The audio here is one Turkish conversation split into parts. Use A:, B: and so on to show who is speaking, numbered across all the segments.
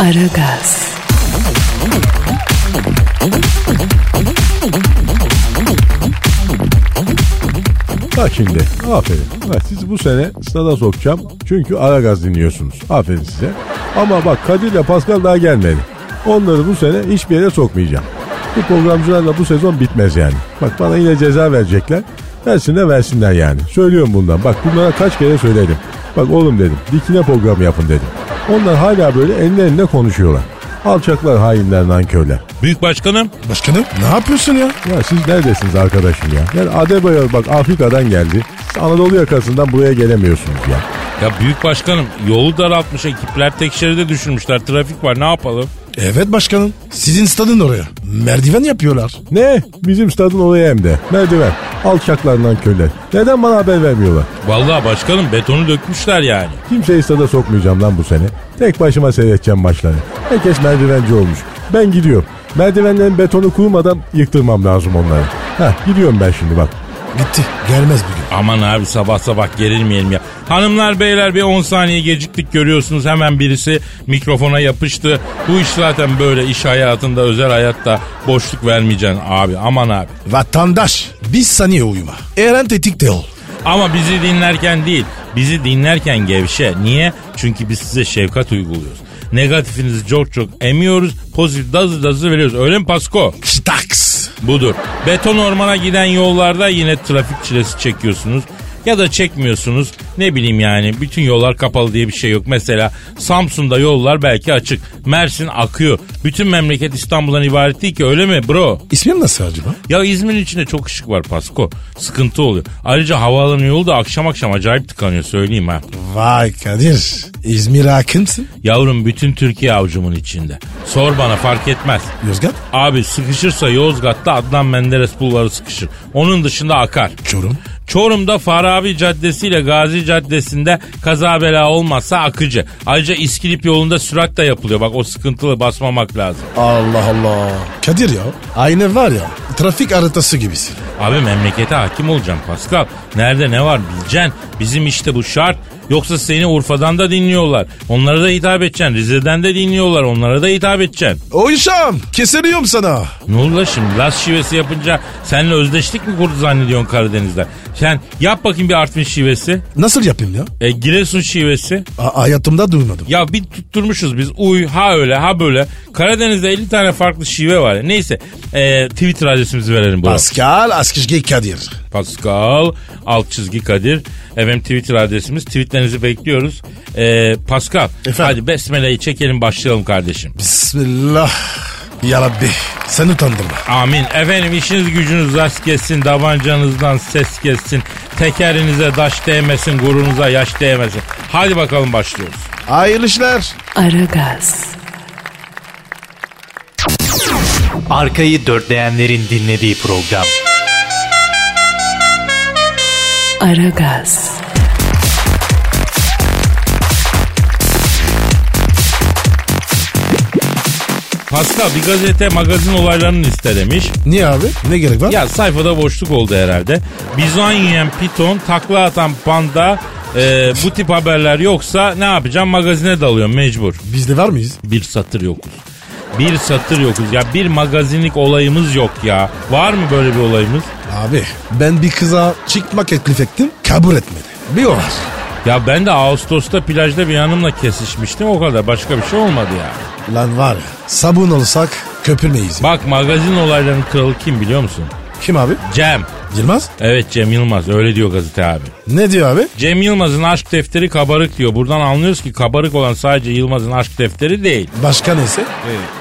A: Aragaz,
B: Bak şimdi aferin. Bak sizi bu sene stada sokacağım. Çünkü Aragaz dinliyorsunuz. Aferin size. Ama bak Kadir ile Pascal daha gelmedi. Onları bu sene hiçbir yere sokmayacağım. Bu programcılarla bu sezon bitmez yani. Bak bana yine ceza verecekler. Versinler versinler yani. Söylüyorum bundan. Bak bunlara kaç kere söyledim. Bak oğlum dedim. Dikine programı yapın dedim. Onlar hala böyle ellerinde konuşuyorlar. Alçaklar, hainler, nankörler.
C: Büyük başkanım.
D: Başkanım ne yapıyorsun ya?
B: Ya siz neredesiniz arkadaşım ya? Yani Adebayor bak Afrika'dan geldi. Siz Anadolu yakasından buraya gelemiyorsunuz ya.
C: Ya büyük başkanım yolu daraltmış ekipler tek şeride düşürmüşler. Trafik var ne yapalım?
D: Evet başkanım. Sizin stadın oraya. Merdiven yapıyorlar.
B: Ne? Bizim stadın oraya hem de. Merdiven. Alçaklarından köller. Neden bana haber vermiyorlar?
C: Vallahi başkanım betonu dökmüşler yani.
B: Kimseyi stada sokmayacağım lan bu sene. Tek başıma seyredeceğim maçları. Herkes merdivenci olmuş. Ben gidiyorum. Merdivenlerin betonu kurumadan yıktırmam lazım onları. Hah gidiyorum ben şimdi bak.
D: Gitti. Gelmez bugün.
C: Aman abi sabah sabah gerilmeyelim ya. Hanımlar beyler bir 10 saniye geciktik görüyorsunuz hemen birisi mikrofona yapıştı. Bu iş zaten böyle iş hayatında özel hayatta boşluk vermeyeceksin abi aman abi.
D: Vatandaş bir saniye uyuma. Eren tetikte ol.
C: Ama bizi dinlerken değil, bizi dinlerken gevşe. Niye? Çünkü biz size şefkat uyguluyoruz. Negatifinizi çok çok emiyoruz, pozitif dazı dazı veriyoruz. Öyle mi Pasko?
D: Staks.
C: Budur. Beton ormana giden yollarda yine trafik çilesi çekiyorsunuz. Ya da çekmiyorsunuz. Ne bileyim yani bütün yollar kapalı diye bir şey yok. Mesela Samsun'da yollar belki açık. Mersin akıyor. Bütün memleket İstanbul'dan ibaret değil ki öyle mi bro?
D: İsmim nasıl acaba?
C: Ya İzmir'in içinde çok ışık var Pasko. Sıkıntı oluyor. Ayrıca havaalanı yolu da akşam akşam acayip tıkanıyor söyleyeyim ha.
D: Vay Kadir. İzmir hakimsin.
C: Yavrum bütün Türkiye avcumun içinde. Sor bana fark etmez.
D: Yozgat.
C: Abi sıkışırsa Yozgat'ta Adnan Menderes bulvarı sıkışır. Onun dışında akar.
D: Çorum.
C: Çorum'da Farabi Caddesi ile Gazi Caddesi'nde kaza bela olmazsa akıcı. Ayrıca İskilip yolunda sürat da yapılıyor. Bak o sıkıntılı basmamak lazım.
D: Allah Allah. Kadir ya. Aynı var ya. Trafik haritası gibisin.
C: Abi memlekete hakim olacaksın Pascal. Nerede ne var bileceksin. Bizim işte bu şart. Yoksa seni Urfa'dan da dinliyorlar. Onlara da hitap edeceksin. Rize'den de dinliyorlar. Onlara da hitap edeceksin.
D: O işam. Keseriyorum sana.
C: Ne oldu la şimdi? Las şivesi yapınca seninle özdeşlik mi kurdu zannediyorsun Karadeniz'de? Sen yap bakayım bir Artvin şivesi.
D: Nasıl yapayım ya?
C: E, Giresun şivesi.
D: A- hayatımda duymadım.
C: Ya bir tutturmuşuz biz uy ha öyle ha böyle. Karadeniz'de 50 tane farklı şive var. ya. Neyse e, Twitter adresimizi verelim. bu.
D: Pascal Askışgi Kadir.
C: Pascal alt çizgi Kadir. Efendim Twitter adresimiz. Tweetlerinizi bekliyoruz. E, Pascal
D: Efendim?
C: hadi besmeleyi çekelim başlayalım kardeşim.
D: Bismillah. Ya Rabbi sen utandırma.
C: Amin. Efendim işiniz gücünüz rast gelsin, davancanızdan ses gelsin, tekerinize taş değmesin, gururunuza yaş değmesin. Hadi bakalım başlıyoruz.
D: Hayırlı işler.
A: Aragaz,
E: Arkayı dörtleyenlerin dinlediği program.
A: Aragaz,
C: Pascal bir gazete magazin olaylarını liste demiş.
D: Niye abi? Ne gerek var?
C: Ya sayfada boşluk oldu herhalde. Bizon yiyen piton, takla atan panda, e, bu tip haberler yoksa ne yapacağım? Magazine dalıyorum mecbur.
D: Bizde var mıyız?
C: Bir satır yokuz. Bir satır yokuz. Ya bir magazinlik olayımız yok ya. Var mı böyle bir olayımız?
D: Abi ben bir kıza çıkma teklif ettim kabul etmedi. Bir o var.
C: Ya ben de Ağustos'ta plajda bir hanımla kesişmiştim o kadar. Başka bir şey olmadı ya.
D: Lan var ya sabun olsak köpürmeyiz.
C: Bak magazin olaylarının kralı kim biliyor musun?
D: Kim abi?
C: Cem.
D: Yılmaz.
C: Evet Cem Yılmaz öyle diyor gazete abi.
D: Ne diyor abi?
C: Cem Yılmaz'ın aşk defteri kabarık diyor. Buradan anlıyoruz ki kabarık olan sadece Yılmaz'ın aşk defteri değil.
D: Başka neyse?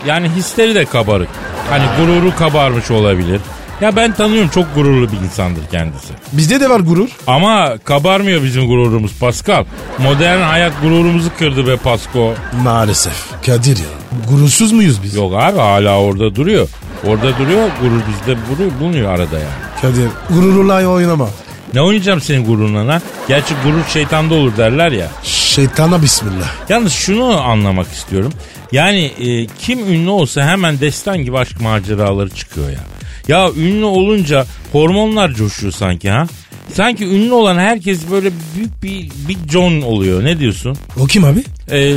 C: Yani hisleri de kabarık. Hani gururu kabarmış olabilir. Ya ben tanıyorum çok gururlu bir insandır kendisi.
D: Bizde de var gurur.
C: Ama kabarmıyor bizim gururumuz Pascal. Modern hayat gururumuzu kırdı be Pasko.
D: Maalesef. Kadir ya. Gurursuz muyuz biz?
C: Yok abi hala orada duruyor. Orada duruyor gurur bizde duruyor, bulunuyor arada yani.
D: Kadir. Gururla oynama.
C: Ne oynayacağım senin gururuna lan? Gerçi gurur şeytanda olur derler ya.
D: Şeytana bismillah.
C: Yalnız şunu anlamak istiyorum. Yani e, kim ünlü olsa hemen destan gibi aşk maceraları çıkıyor ya. Ya ünlü olunca hormonlar coşuyor sanki ha. Sanki ünlü olan herkes böyle büyük bir bir John oluyor. Ne diyorsun?
D: O kim abi?
C: Ee,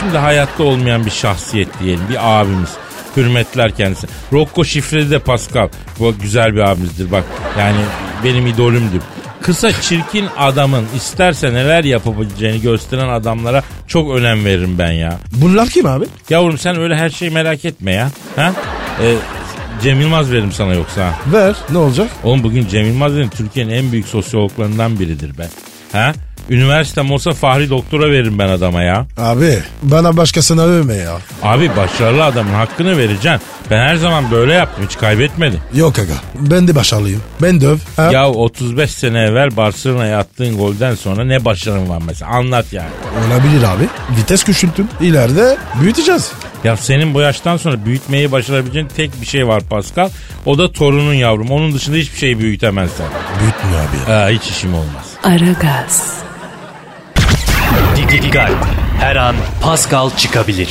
C: şimdi hayatta olmayan bir şahsiyet diyelim. Bir abimiz. Hürmetler kendisi. Rocco Şifredi de Pascal. Bu güzel bir abimizdir bak. Yani benim idolümdür. Kısa çirkin adamın isterse neler yapabileceğini gösteren adamlara çok önem veririm ben ya.
D: Bunlar kim abi?
C: Yavrum sen öyle her şeyi merak etme ya. Ha? Ee, Cem Yılmaz veririm sana yoksa. ha.
D: Ver. Ne olacak?
C: Oğlum bugün Cem Yılmaz dedim Türkiye'nin en büyük sosyologlarından biridir be. Ha? Üniversitem olsa Fahri Doktor'a veririm ben adama ya.
D: Abi bana başkasına övme ya.
C: Abi başarılı adamın hakkını vereceksin. Ben her zaman böyle yaptım hiç kaybetmedim.
D: Yok aga. Ben de başarılıyım. Ben de öv. Ha?
C: Ya 35 sene evvel Barcelona'ya attığın golden sonra ne başarın var mesela anlat yani.
D: Olabilir abi. Vites küçülttüm. İleride büyüteceğiz.
C: Ya senin bu yaştan sonra büyütmeyi başarabileceğin tek bir şey var Pascal. O da torunun yavrum. Onun dışında hiçbir şey büyütemezsen.
D: Büyütme abi ya.
C: Aa, hiç işim olmaz.
A: Aragaz,
E: Dikkat. Her an Pascal çıkabilir.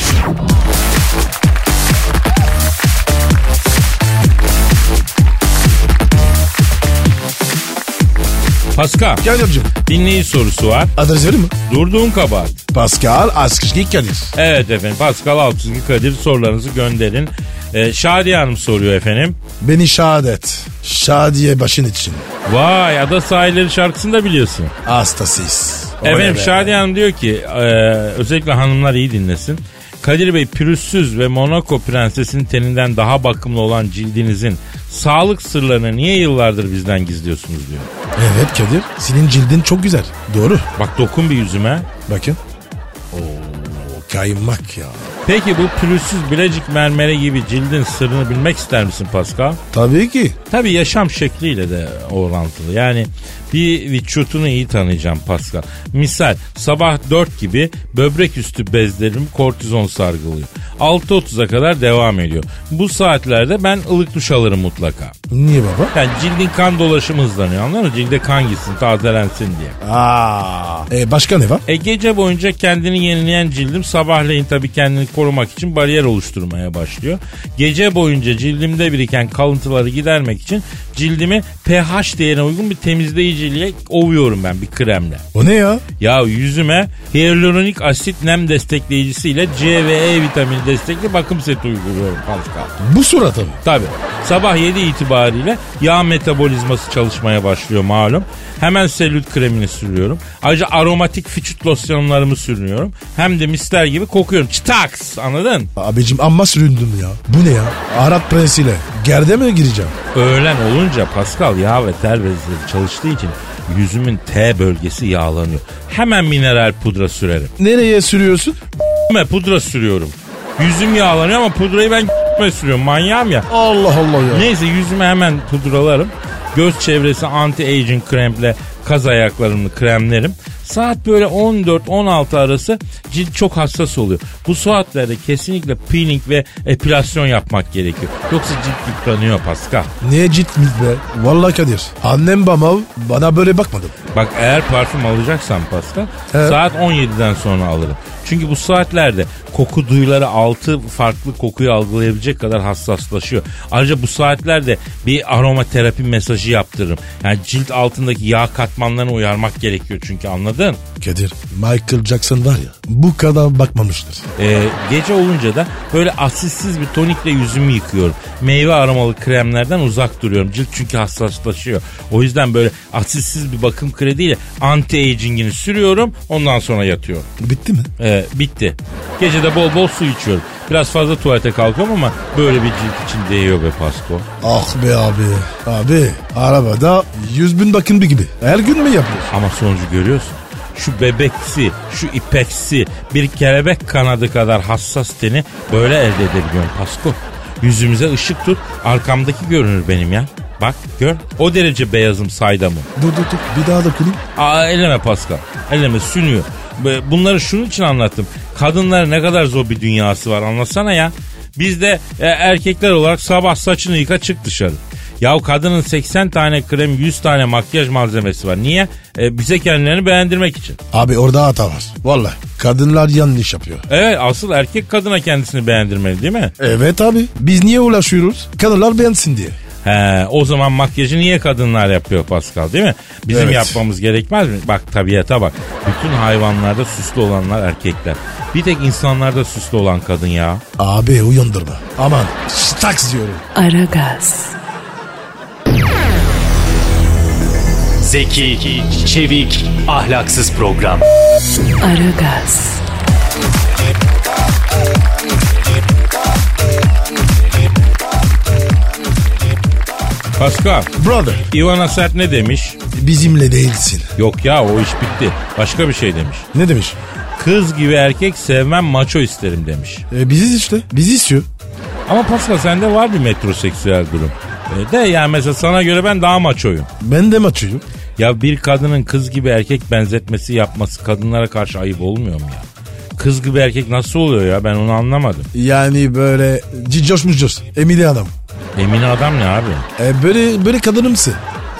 C: Pascal
D: Kadir'cim
C: dinleyici sorusu var.
D: adres verir mi?
C: Durduğun kabahat.
D: Pascal Askışki Kadir.
C: Evet efendim Pascal Altçizgi Kadir sorularınızı gönderin. Ee, Şadiye Hanım soruyor efendim.
D: Beni şahadet. Şadiye başın için.
C: Vay Ada Sahilleri şarkısını da biliyorsun.
D: Hastasıyız.
C: Efendim Şadiye Hanım diyor ki e, özellikle hanımlar iyi dinlesin. Kadir Bey pürüzsüz ve Monaco prensesinin teninden daha bakımlı olan cildinizin sağlık sırlarını niye yıllardır bizden gizliyorsunuz diyor.
D: Evet Kadir. Senin cildin çok güzel. Doğru.
C: Bak dokun bir yüzüme.
D: Bakın. Oo, kaymak ya.
C: Peki bu pürüzsüz bilecik mermeri gibi cildin sırrını bilmek ister misin Pascal?
D: Tabii ki.
C: Tabii yaşam şekliyle de orantılı. Yani bir vücutunu iyi tanıyacağım Pascal. Misal sabah 4 gibi böbrek üstü bezlerim kortizon sargılıyor. 6.30'a kadar devam ediyor. Bu saatlerde ben ılık duş alırım mutlaka.
D: Niye baba?
C: Yani cildin kan dolaşımı hızlanıyor anladın mı? Cilde kan gitsin tazelensin diye.
D: Aa. E başka ne var?
C: E gece boyunca kendini yenileyen cildim sabahleyin tabii kendini korumak için bariyer oluşturmaya başlıyor. Gece boyunca cildimde biriken kalıntıları gidermek için cildimi pH değerine uygun bir temizleyiciyle ovuyorum ben bir kremle.
D: O ne ya?
C: Ya yüzüme hyaluronik asit nem destekleyicisiyle C ve E vitamini destekli bakım seti uyguluyorum Pascal.
D: Bu surata mı?
C: Tabii. Sabah 7 itibariyle yağ metabolizması çalışmaya başlıyor malum. Hemen selülit kremini sürüyorum. Ayrıca aromatik fiçut losyonlarımı sürüyorum. Hem de misler gibi kokuyorum. Çıtaks anladın?
D: Abicim amma süründüm ya. Bu ne ya? Arap prensiyle. Gerde mi gireceğim?
C: Öğlen olunca Pascal yağ ve ter bezleri çalıştığı için yüzümün T bölgesi yağlanıyor. Hemen mineral pudra sürerim.
D: Nereye sürüyorsun?
C: Me pudra sürüyorum. Yüzüm yağlanıyor ama pudrayı ben me sürüyorum. Manyağım ya.
D: Allah Allah ya.
C: Neyse yüzüme hemen pudralarım. Göz çevresi anti-aging kremle kaz ayaklarımı kremlerim. Saat böyle 14-16 arası cilt çok hassas oluyor. Bu saatlerde kesinlikle peeling ve epilasyon yapmak gerekiyor. Yoksa cilt yıpranıyor Pascal.
D: Ne ciddiyet be? Vallahi Kadir. Annem babam bana böyle bakmadı.
C: Bak eğer parfüm alacaksan Pascal
D: Evet.
C: saat 17'den sonra alırım. Çünkü bu saatlerde koku duyuları 6 farklı kokuyu algılayabilecek kadar hassaslaşıyor. Ayrıca bu saatlerde bir aromaterapi mesajı yaptırırım. Yani cilt altındaki yağ katmanlarını uyarmak gerekiyor çünkü anladın?
D: Kadir Michael Jackson var ya bu kadar bakmamıştır.
C: Ee, gece olunca da böyle asitsiz bir tonikle yüzümü yıkıyorum. Meyve aromalı kremlerden uzak duruyorum. Cilt çünkü hassaslaşıyor. O yüzden böyle asitsiz bir bakım krediyle anti-aging'ini sürüyorum. Ondan sonra yatıyorum.
D: Bitti mi?
C: Ee, bitti. Gece de bol bol su içiyorum. Biraz fazla tuvalete kalkıyorum ama böyle bir cilt için değiyor be Pasko.
D: Ah be abi. Abi arabada 100 bin bakın bir gibi. Her gün mü yapıyorsun?
C: Ama sonucu görüyorsun. Şu bebeksi, şu ipeksi, bir kelebek kanadı kadar hassas teni böyle elde edebiliyorum Pasko. Yüzümüze ışık tut. Arkamdaki görünür benim ya. Bak gör. O derece beyazım saydamım.
D: Dur dur dur bir daha dokunayım.
C: Aa eleme Pascal. Eleme sünüyor. B- Bunları şunun için anlattım. Kadınların ne kadar zor bir dünyası var anlasana ya. Biz de e, erkekler olarak sabah saçını yıka çık dışarı. Ya kadının 80 tane krem 100 tane makyaj malzemesi var. Niye? E, bize kendilerini beğendirmek için.
D: Abi orada hata var. Vallahi kadınlar yanlış yapıyor.
C: Evet asıl erkek kadına kendisini beğendirmeli değil mi?
D: Evet abi biz niye ulaşıyoruz? Kadınlar beğensin diye.
C: He, o zaman makyajı niye kadınlar yapıyor Pascal değil mi? Bizim
D: Evet.
C: yapmamız gerekmez mi? Bak tabiata bak. Bütün hayvanlarda süslü olanlar erkekler. Bir tek insanlarda süslü olan kadın ya.
D: Abi uyandırma. Aman taks diyorum.
A: Aragaz,
E: Zeki, çevik, ahlaksız program.
A: Aragaz,
C: Pascal,
D: Brother
C: Ivana Sert ne demiş?
D: bizimle değilsin.
C: Yok ya o iş bitti. Başka bir şey demiş.
D: Ne demiş?
C: Kız gibi erkek sevmem maço isterim demiş.
D: E, biziz işte. Bizi istiyor.
C: Ama Pascal sende var bir metroseksüel durum. E, De yani mesela sana göre ben daha maçoyum.
D: Ben de maçıyım.
C: Ya bir kadının kız gibi erkek benzetmesi yapması kadınlara karşı ayıp olmuyor mu ya? Kız gibi erkek nasıl oluyor ya ben onu anlamadım.
D: Yani böyle cicoş mucoş. Emili adam.
C: Emin adam ne abi?
D: E, böyle böyle kadınımsın.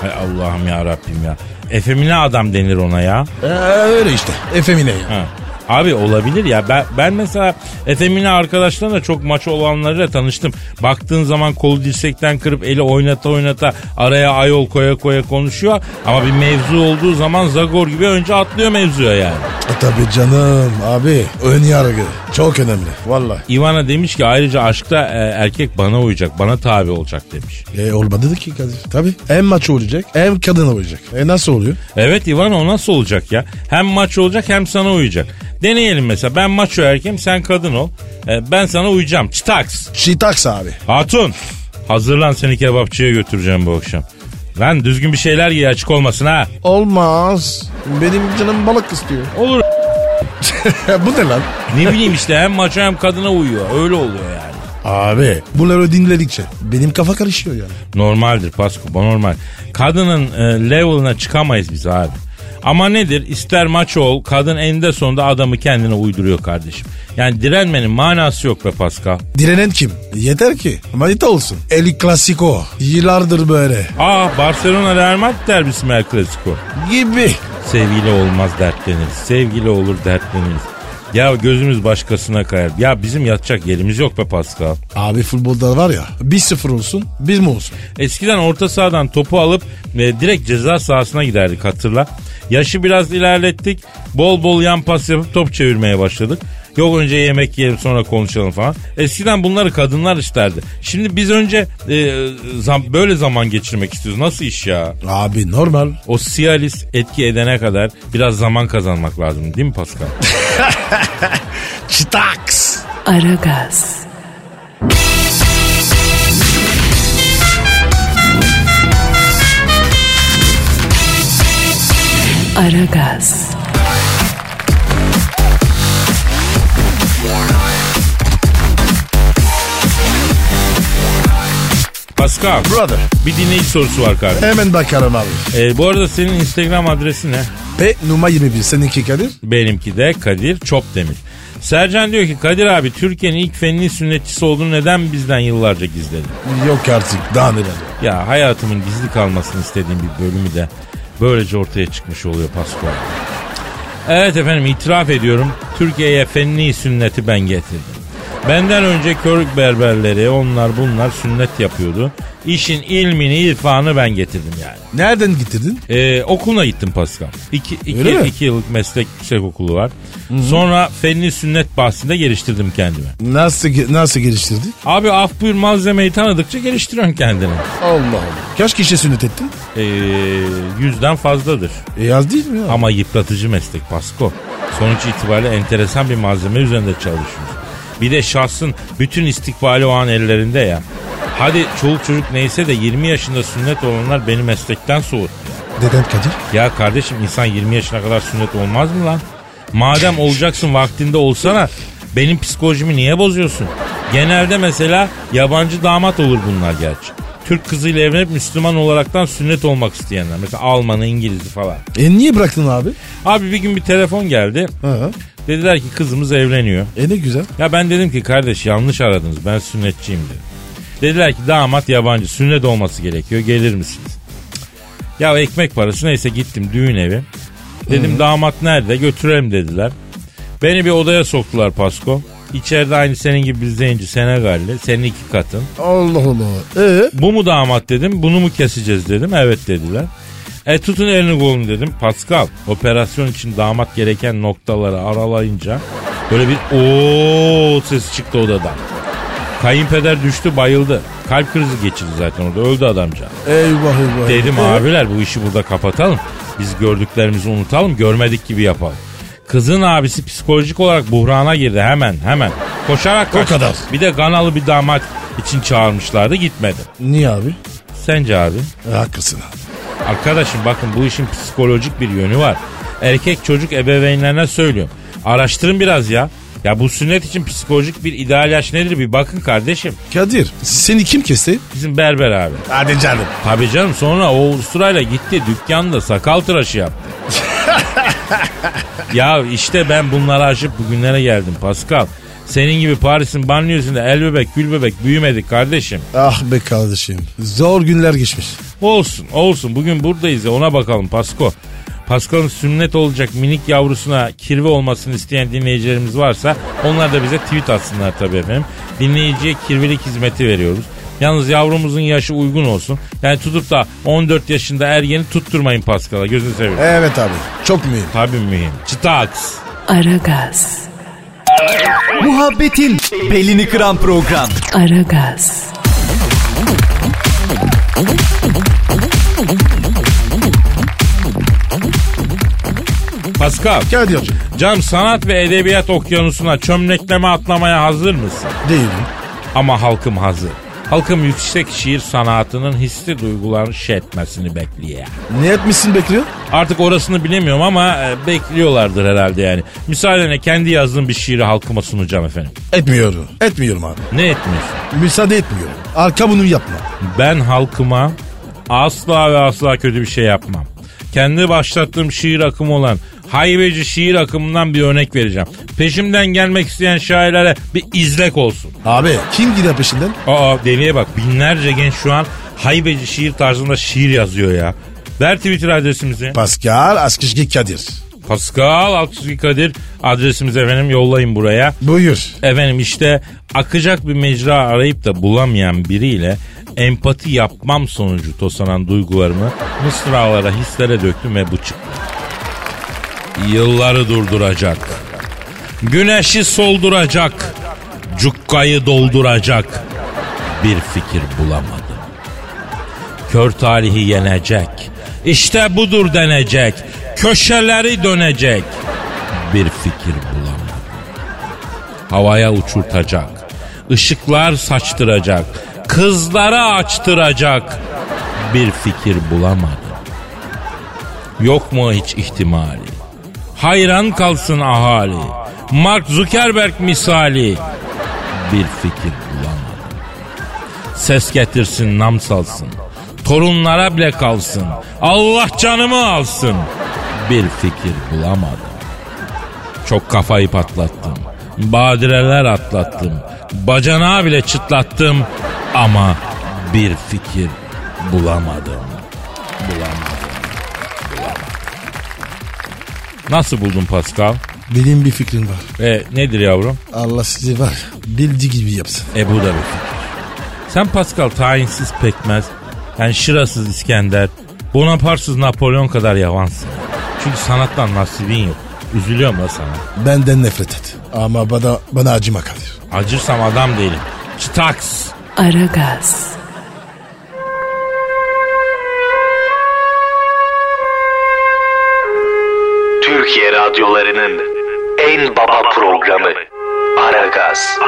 C: Ay Allah'ım ya Rabbim ya. Efemine adam denir ona ya.
D: E, öyle işte. Efemine yani.
C: Ha. Abi olabilir ya. Ben, ben mesela efemine arkadaşlarla çok maç olanlarla tanıştım. Baktığın zaman kolu dirsekten kırıp eli oynata oynata araya ayol koya koya konuşuyor. Ama bir mevzu olduğu zaman Zagor gibi önce atlıyor mevzuya yani.
D: E, tabii canım abi. Ön yargı. Çok önemli. Vallahi.
C: Ivana demiş ki ayrıca aşkta e, erkek bana uyacak, bana tabi olacak demiş.
D: E, olmadı ki Kadir. Tabii. Hem maç olacak hem kadın olacak. E nasıl oluyor?
C: Evet Ivana o nasıl olacak ya? Hem maç olacak hem sana uyacak. Deneyelim mesela ben maço erkeğim sen kadın ol. E, ben sana uyacağım. Çıtaks.
D: Çitaks abi.
C: Hatun hazırlan seni kebapçıya götüreceğim bu akşam. Lan düzgün bir şeyler giy açık olmasın ha.
D: Olmaz. Benim canım balık istiyor.
C: Olur.
D: Bu ne lan?
C: Ne bileyim işte hem maço hem kadına uyuyor. Öyle oluyor yani.
D: Abi. Bunları dinledikçe benim kafa karışıyor yani.
C: Normaldir Pasko bu normal. Kadının e, level'ına çıkamayız biz abi. Ama nedir? İster maç ol, kadın eninde sonunda adamı kendine uyduruyor kardeşim. Yani direnmenin manası yok be Pascal.
D: Direnen kim? Yeter ki manita olsun. El Clasico. Yıllardır böyle.
C: Aa Ah, Barcelona Real Madrid derbisi mi El Clasico?
D: Gibi.
C: Sevgili olmaz dertleniriz. Sevgili olur dertleniriz. Ya gözümüz başkasına kayar. Ya bizim yatacak yerimiz yok be Pascal.
D: Abi futbolda var ya 1-0 olsun biz mi olsun?
C: Eskiden orta sahadan topu alıp e, direkt ceza sahasına giderdik hatırla. Yaşı biraz ilerlettik. Bol bol yan pas yapıp top çevirmeye başladık. Yok önce yemek yiyelim sonra konuşalım falan. Eskiden bunları kadınlar isterdi. Şimdi biz önce e, zam- böyle zaman geçirmek istiyoruz. Nasıl iş ya?
D: Abi normal.
C: O Cialis etki edene kadar biraz zaman kazanmak lazım değil mi Pascal?
D: Çıtaks.
A: Aragaz, Aragaz,
C: Pascal
D: Brother.
C: bir dinleyici sorusu var kardeşim.
D: Hemen bakarım abi.
C: E, bu arada senin Instagram adresi ne?
D: P numara 21 seninki Kadir.
C: Benimki de Kadir Çopdemir. Sercan diyor ki Kadir abi Türkiye'nin ilk fenli sünnetçisi olduğunu neden bizden yıllarca gizledin?
D: Yok artık daha neler.
C: Ya hayatımın gizli kalmasını istediğim bir bölümü de böylece ortaya çıkmış oluyor Pascal. Evet efendim itiraf ediyorum Türkiye'ye fenli sünneti ben getirdim. Benden önce körük berberleri onlar bunlar sünnet yapıyordu. İşin ilmini irfanı ben getirdim yani.
D: Nereden getirdin?
C: Ee, okuluna gittim Pascal. İki, iki,
D: Öyle mi?
C: iki yıllık meslek yüksek okulu var. Sonra fenli sünnet bahsinde geliştirdim kendimi.
D: Nasıl ge- nasıl geliştirdin?
C: Abi af buyur malzemeyi tanıdıkça geliştiriyorsun kendini.
D: Allah Allah. Kaç kişi sünnet ettin?
C: Ee, yüzden fazladır.
D: E az değil mi ya?
C: Ama yıpratıcı meslek Pasko. Sonuç itibariyle enteresan bir malzeme üzerinde çalışıyoruz. Bir de şahsın bütün istikbali o an ellerinde ya. Hadi çoluk çocuk neyse de 20 yaşında sünnet olanlar beni meslekten soğuttu.
D: Neden Kadir?
C: Ya kardeşim insan 20 yaşına kadar sünnet olmaz mı lan? Madem olacaksın vaktinde olsana. Benim psikolojimi niye bozuyorsun? Genelde mesela yabancı damat olur bunlar gerçi. Türk kızıyla evlenip Müslüman olaraktan sünnet olmak isteyenler. Mesela Alman'ı, İngiliz'i falan.
D: E niye bıraktın abi?
C: Abi bir gün bir telefon geldi.
D: Ha.
C: Dediler ki kızımız evleniyor.
D: E ne güzel.
C: Ya ben dedim ki kardeş yanlış aradınız ben sünnetçiyim dedim. Dediler ki damat yabancı sünnet olması gerekiyor gelir misiniz? Ya ekmek parası neyse gittim düğün evi. Dedim damat nerede götürelim dediler. Beni bir odaya soktular Pasko. İçeride aynı senin gibi bir zenci Senegalli. Senin iki katın.
D: Allah Allah. E
C: Bu mu damat dedim bunu mu keseceğiz dedim. Evet dediler. E tutun elini kolunu dedim. Pascal operasyon için damat gereken noktaları aralayınca böyle bir ooo sesi çıktı odadan. Kayınpeder düştü bayıldı. Kalp krizi geçirdi zaten orada öldü adamca.
D: eyvah eyvah.
C: Dedim
D: E,
C: abiler bu işi burada kapatalım. Biz gördüklerimizi unutalım görmedik gibi yapalım. Kızın abisi psikolojik olarak buhrana girdi hemen hemen. Koşarak kaçtı.
D: kadar.
C: Bir de Ganalı bir damat için çağırmışlardı gitmedi.
D: Niye abi?
C: Sence abi?
D: E, haklısın abi.
C: Arkadaşım bakın bu işin psikolojik bir yönü var. Erkek çocuk ebeveynlerine söylüyorum. Araştırın biraz ya. Ya bu sünnet için psikolojik bir ideal yaş nedir bir bakın kardeşim.
D: Kadir seni kim kesti?
C: Bizim berber abi.
D: Hadi canım.
C: Tabii canım sonra o usturayla gitti dükkanda sakal tıraşı yaptı. ya işte ben bunları aşıp bugünlere geldim Pascal. Senin gibi Paris'in banliyosunda el bebek gül bebek büyümedik kardeşim.
D: Ah be kardeşim. Zor günler geçmiş.
C: Olsun olsun bugün buradayız ya ona bakalım Pasko. Pascal'ın sünnet olacak minik yavrusuna kirve olmasını isteyen dinleyicilerimiz varsa onlar da bize tweet atsınlar tabii efendim. Dinleyiciye kirvelik hizmeti veriyoruz. Yalnız yavrumuzun yaşı uygun olsun. Yani tutup da 14 yaşında ergeni tutturmayın Pascal'a gözünü seveyim.
D: Evet abi. Çok mühim.
C: Tabii mühim. Çıtaks.
A: Aragaz,
E: Muhabbetin belini kıran program.
A: Aragaz,
C: Pascal.
D: Kadir.
C: Cam sanat ve edebiyat okyanusuna çömlekleme atlamaya hazır mısın?
D: Değilim.
C: Ama halkım hazır. Halkım yüksek şiir sanatının hisli duygularını şey etmesini bekliyor.
D: Ne etmişsin bekliyor?
C: Artık orasını bilemiyorum ama e, bekliyorlardır herhalde yani. Müsaadenle kendi yazdığım bir şiiri halkıma sunacağım efendim.
D: Etmiyorum. Etmiyorum abi.
C: Ne etmiyorsun?
D: Müsaade etmiyorum. Arka bunu yapma.
C: Ben halkıma asla ve asla kötü bir şey yapmam. Kendi başlattığım şiir akımı olan haybeci şiir akımından bir örnek vereceğim. Peşimden gelmek isteyen şairlere bir izlek olsun.
D: Abi kim gider peşinden?
C: Aa deliye bak binlerce genç şu an haybeci şiir tarzında şiir yazıyor ya. Ver Twitter adresimizi.
D: Pascal Askışki Kadir.
C: Pascal Altçizgi Kadir adresimiz efendim yollayın buraya.
D: Buyur.
C: Efendim işte akacak bir mecra arayıp da bulamayan biriyle empati yapmam sonucu tosanan duygularımı mısralara hislere döktüm ve bu çıktı. Yılları durduracak. Güneşi solduracak. Cukkayı dolduracak. Bir fikir bulamadım. Kör talihi yenecek. İşte budur denecek. Köşeleri dönecek. Bir fikir bulamadım havaya uçurtacak. Işıklar saçtıracak. Kızlara açtıracak. Bir fikir bulamadım. Yok mu hiç ihtimali? Hayran kalsın ahali. Mark Zuckerberg misali. Bir fikir bulamadım. Ses getirsin nam salsın. Torunlara bile kalsın. Allah canımı alsın. Bir fikir bulamadım. Çok kafayı patlattım. Badireler atlattım. Bacanağı bile çıtlattım. Ama bir fikir bulamadım. Bulamadım. Bulamadım. Nasıl buldun Pascal?
D: Benim bir fikrim var.
C: E, nedir yavrum?
D: Allah sizi var ya, bildiği gibi yapsın.
C: E bu da bir fikir. Sen Pascal tayinsiz pekmez, yani şırasız İskender, Bonaparsız Napolyon kadar yavansın. Çünkü sanattan nasibin yok. Üzülüyorum da sana.
D: Benden nefret et. Ama bana, bana acıma Kadir.
C: Acırsam adam değilim. Çıtaks.
A: Aragaz,
F: Türkiye radyolarının en baba programı Aragaz.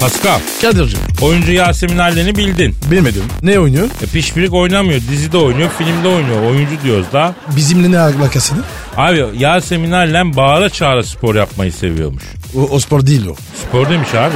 C: Pascal,
D: Kadir'cim.
C: oyuncu Yasemin Alden'i bildin.
D: Bilmedim. Ne oynuyor?
C: E, pişpirik oynamıyor, dizide oynuyor, filmde oynuyor. Oyuncu diyoruz da.
D: Bizimle ne alakasını?
C: Abi Yasemin Alden bağıra çağıra spor yapmayı seviyormuş.
D: O, o spor değil o.
C: Spor demiş abi.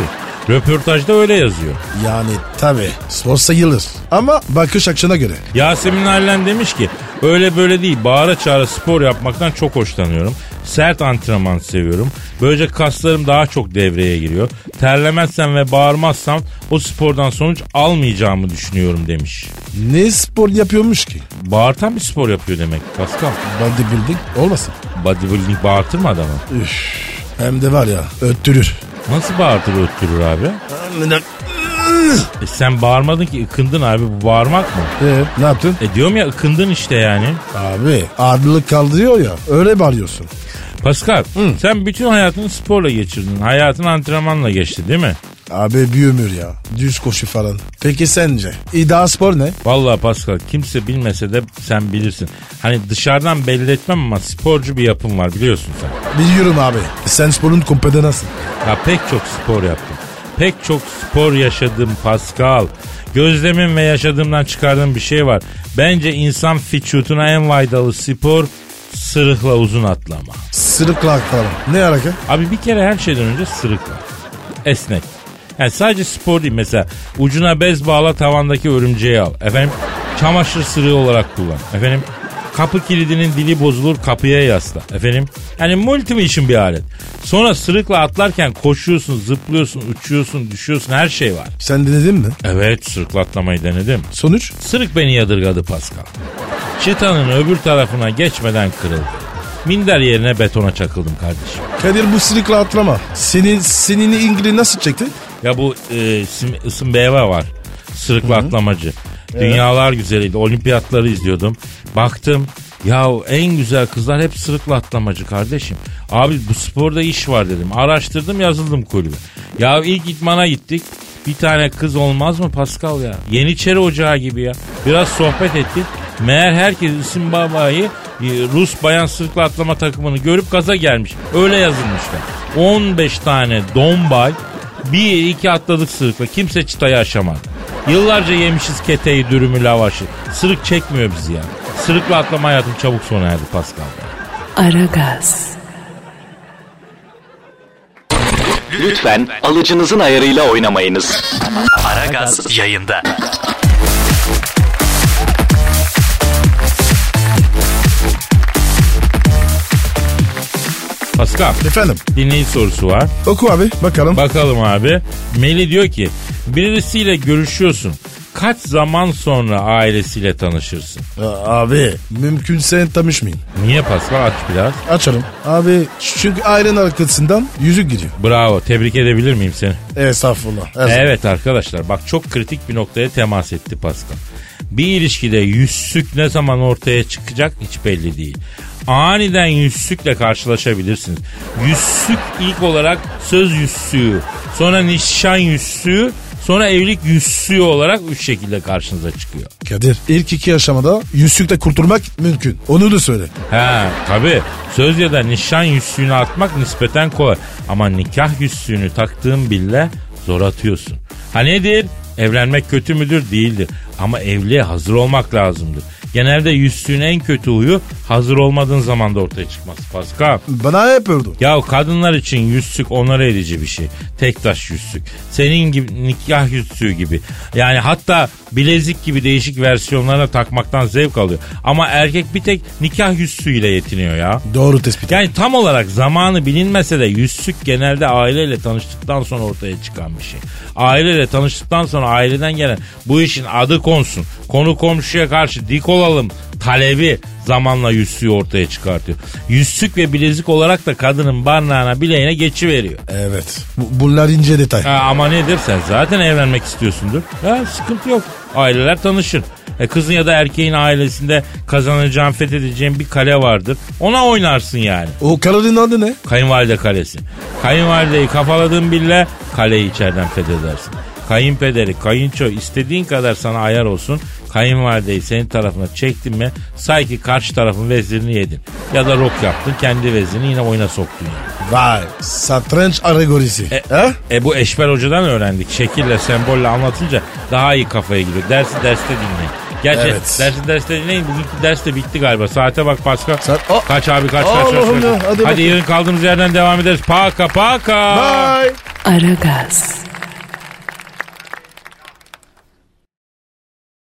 C: Röportajda öyle yazıyor.
D: Yani tabi spor sayılır. Ama bakış açına göre.
C: Yasemin Allen demiş ki öyle böyle değil bağıra çağıra spor yapmaktan çok hoşlanıyorum. Sert antrenman seviyorum. Böylece kaslarım daha çok devreye giriyor. Terlemezsem ve bağırmazsam o spordan sonuç almayacağımı düşünüyorum demiş.
D: Ne spor yapıyormuş ki?
C: Bağırtan bir spor yapıyor demek Pascal.
D: Bodybuilding olmasın.
C: Bodybuilding bağırtır mı adamı?
D: Üf. Hem de var ya öttürür.
C: Nasıl bağırtır öttürür abi? E sen bağırmadın ki ıkındın abi bu bağırmak mı?
D: Ee, ne yaptın?
C: E diyorum ya ıkındın işte yani.
D: Abi ağırlık kaldırıyor ya öyle bağırıyorsun.
C: Pascal sen bütün hayatını sporla geçirdin. Hayatın antrenmanla geçti değil mi?
D: Abi bir ömür ya. Düz koşu falan. Peki sence iddia spor ne?
C: Vallahi Pascal kimse bilmese de sen bilirsin. Hani dışarıdan belli etmem ama sporcu bir yapım var biliyorsun sen.
D: Biliyorum abi. Sen sporun kompedanasın.
C: Ya pek çok spor yaptım. Pek çok spor yaşadım Pascal. Gözlemim ve yaşadığımdan çıkardığım bir şey var. Bence insan fiçutuna en faydalı spor sırıkla uzun atlama.
D: Sırıkla falan. Ne alaka?
C: Abi bir kere her şeyden önce sırıkla. Esnek. Yani sadece spor değil mesela ucuna bez bağla tavandaki örümceği al. Efendim çamaşır sırığı olarak kullan. Efendim kapı kilidinin dili bozulur kapıya yasla. Efendim yani multi bir alet. Sonra sırıkla atlarken koşuyorsun, zıplıyorsun, uçuyorsun, düşüyorsun her şey var.
D: Sen denedin mi?
C: Evet sırıkla atlamayı denedim.
D: Sonuç?
C: Sırık beni yadırgadı Pascal. Çıtanın öbür tarafına geçmeden kırıldı. Minder yerine betona çakıldım kardeşim.
D: Kadir bu sırıkla atlama. Senin senini İngiliz nasıl çekti?
C: Ya bu e, isim, isim Beva var. Sırıklı atlamacı. Dünyalar güzeliydi. Olimpiyatları izliyordum. Baktım ya en güzel kızlar hep sırıklı atlamacı kardeşim. Abi bu sporda iş var dedim. Araştırdım yazıldım kulübe. Ya ilk idmana gittik. Bir tane kız olmaz mı Pascal ya? Yeniçeri ocağı gibi ya. Biraz sohbet ettik. Meğer herkes isim babayı e, Rus bayan sırıklı atlama takımını görüp gaza gelmiş. Öyle yazılmışlar. 15 tane dombay bir iki atladık sırıkla. Kimse çıtayı aşamadı. Yıllarca yemişiz keteyi, dürümü, lavaşı. Sırık çekmiyor bizi ya. Sırıkla atlama hayatım çabuk sona erdi Pascal.
A: Aragaz,
F: Lütfen alıcınızın ayarıyla oynamayınız. Aragaz yayında.
C: Pascal,
D: Efendim
C: dinleyici sorusu var.
D: oku abi bakalım.
C: Bakalım abi. Meli diyor ki, birisiyle görüşüyorsun. Kaç zaman sonra ailesiyle tanışırsın?
D: Aa, abi mümkünse tanışmayın.
C: Niye Pascal? Aç biraz.
D: Açalım. Abi çünkü ailen arkasından yüzük gidiyor.
C: Bravo. Tebrik edebilir miyim seni?
D: Estağfurullah.
C: Evet arkadaşlar bak çok kritik bir noktaya temas etti Pascal. Bir ilişkide yüzsük ne zaman ortaya çıkacak hiç belli değil. Aniden yüzsükle karşılaşabilirsiniz. Yüzsük ilk olarak söz yüzsüğü, sonra nişan yüzsüğü, sonra evlilik yüzsüğü olarak üç şekilde karşınıza çıkıyor.
D: Kadir ilk iki aşamada yüzükle kurtulmak mümkün. Onu da söyle.
C: He tabi söz ya da nişan yüzsüğünü atmak nispeten kolay. Ama nikah yüzsüğünü taktığın bile zor atıyorsun. Ha nedir? Evlenmek kötü müdür? Değildir. Ama evliliğe hazır olmak lazımdır. Genelde yüzsüğün en kötü huyu hazır olmadığın zaman da ortaya çıkması Pascal.
D: Bana hep ördü.
C: Ya kadınlar için yüzsük onur edici bir şey. Tek taş yüzsük. Senin gibi nikah yüzsüğü gibi. Yani hatta bilezik gibi değişik versiyonlarına takmaktan zevk alıyor. Ama erkek bir tek nikah yüzsüğüyle yetiniyor ya.
D: Doğru tespit.
C: Yani tam olarak zamanı bilinmese de yüzsük genelde aileyle tanıştıktan sonra ortaya çıkan bir şey. Aileyle tanıştıktan sonra aileden gelen bu işin adı konsun. Konu komşuya karşı dik olalım talebi zamanla yüzsüğü ortaya çıkartıyor. Yüzsük ve bilezik olarak da kadının barnağına bileğine geçiveriyor.
D: Evet. Bu- bunlar ince detay.
C: Ha, ama nedir sen zaten evlenmek istiyorsundur. Ha, sıkıntı yok. Aileler tanışır. E, kızın ya da erkeğin ailesinde kazanacağın, fethedeceğin bir kale vardır. Ona oynarsın yani.
D: O kararın adı ne?
C: Kayınvalide kalesi. Kayınvalideyi kafaladın bile kaleyi içeriden fethedersin. Kayınpederi, kayınço istediğin kadar sana ayar olsun. Kayınvalideyi senin tarafına çektin mi say ki karşı tarafın vezirini yedin. Ya da rok yaptın kendi vezirini yine oyuna soktun. yani.
D: Vay satranç alegorisi.
C: E-
D: ha?
C: E bu Eşber Hoca'dan öğrendik. Şekille, sembolle anlatınca daha iyi kafaya giriyor. Dersi derste dinleyin. Gerçi
D: Evet.
C: dersi derste dinleyin. Bugünkü ders de bitti galiba. Saate bak Pascal.
D: Saat- Oh.
C: Kaç abi kaç kaç kaç.
D: Allah'ım
C: kaç.
D: ya, hadi
C: Hadi
D: bakayım.
C: yarın kaldığımız yerden devam ederiz. Paka paka.
D: Bye.
A: Aragaz.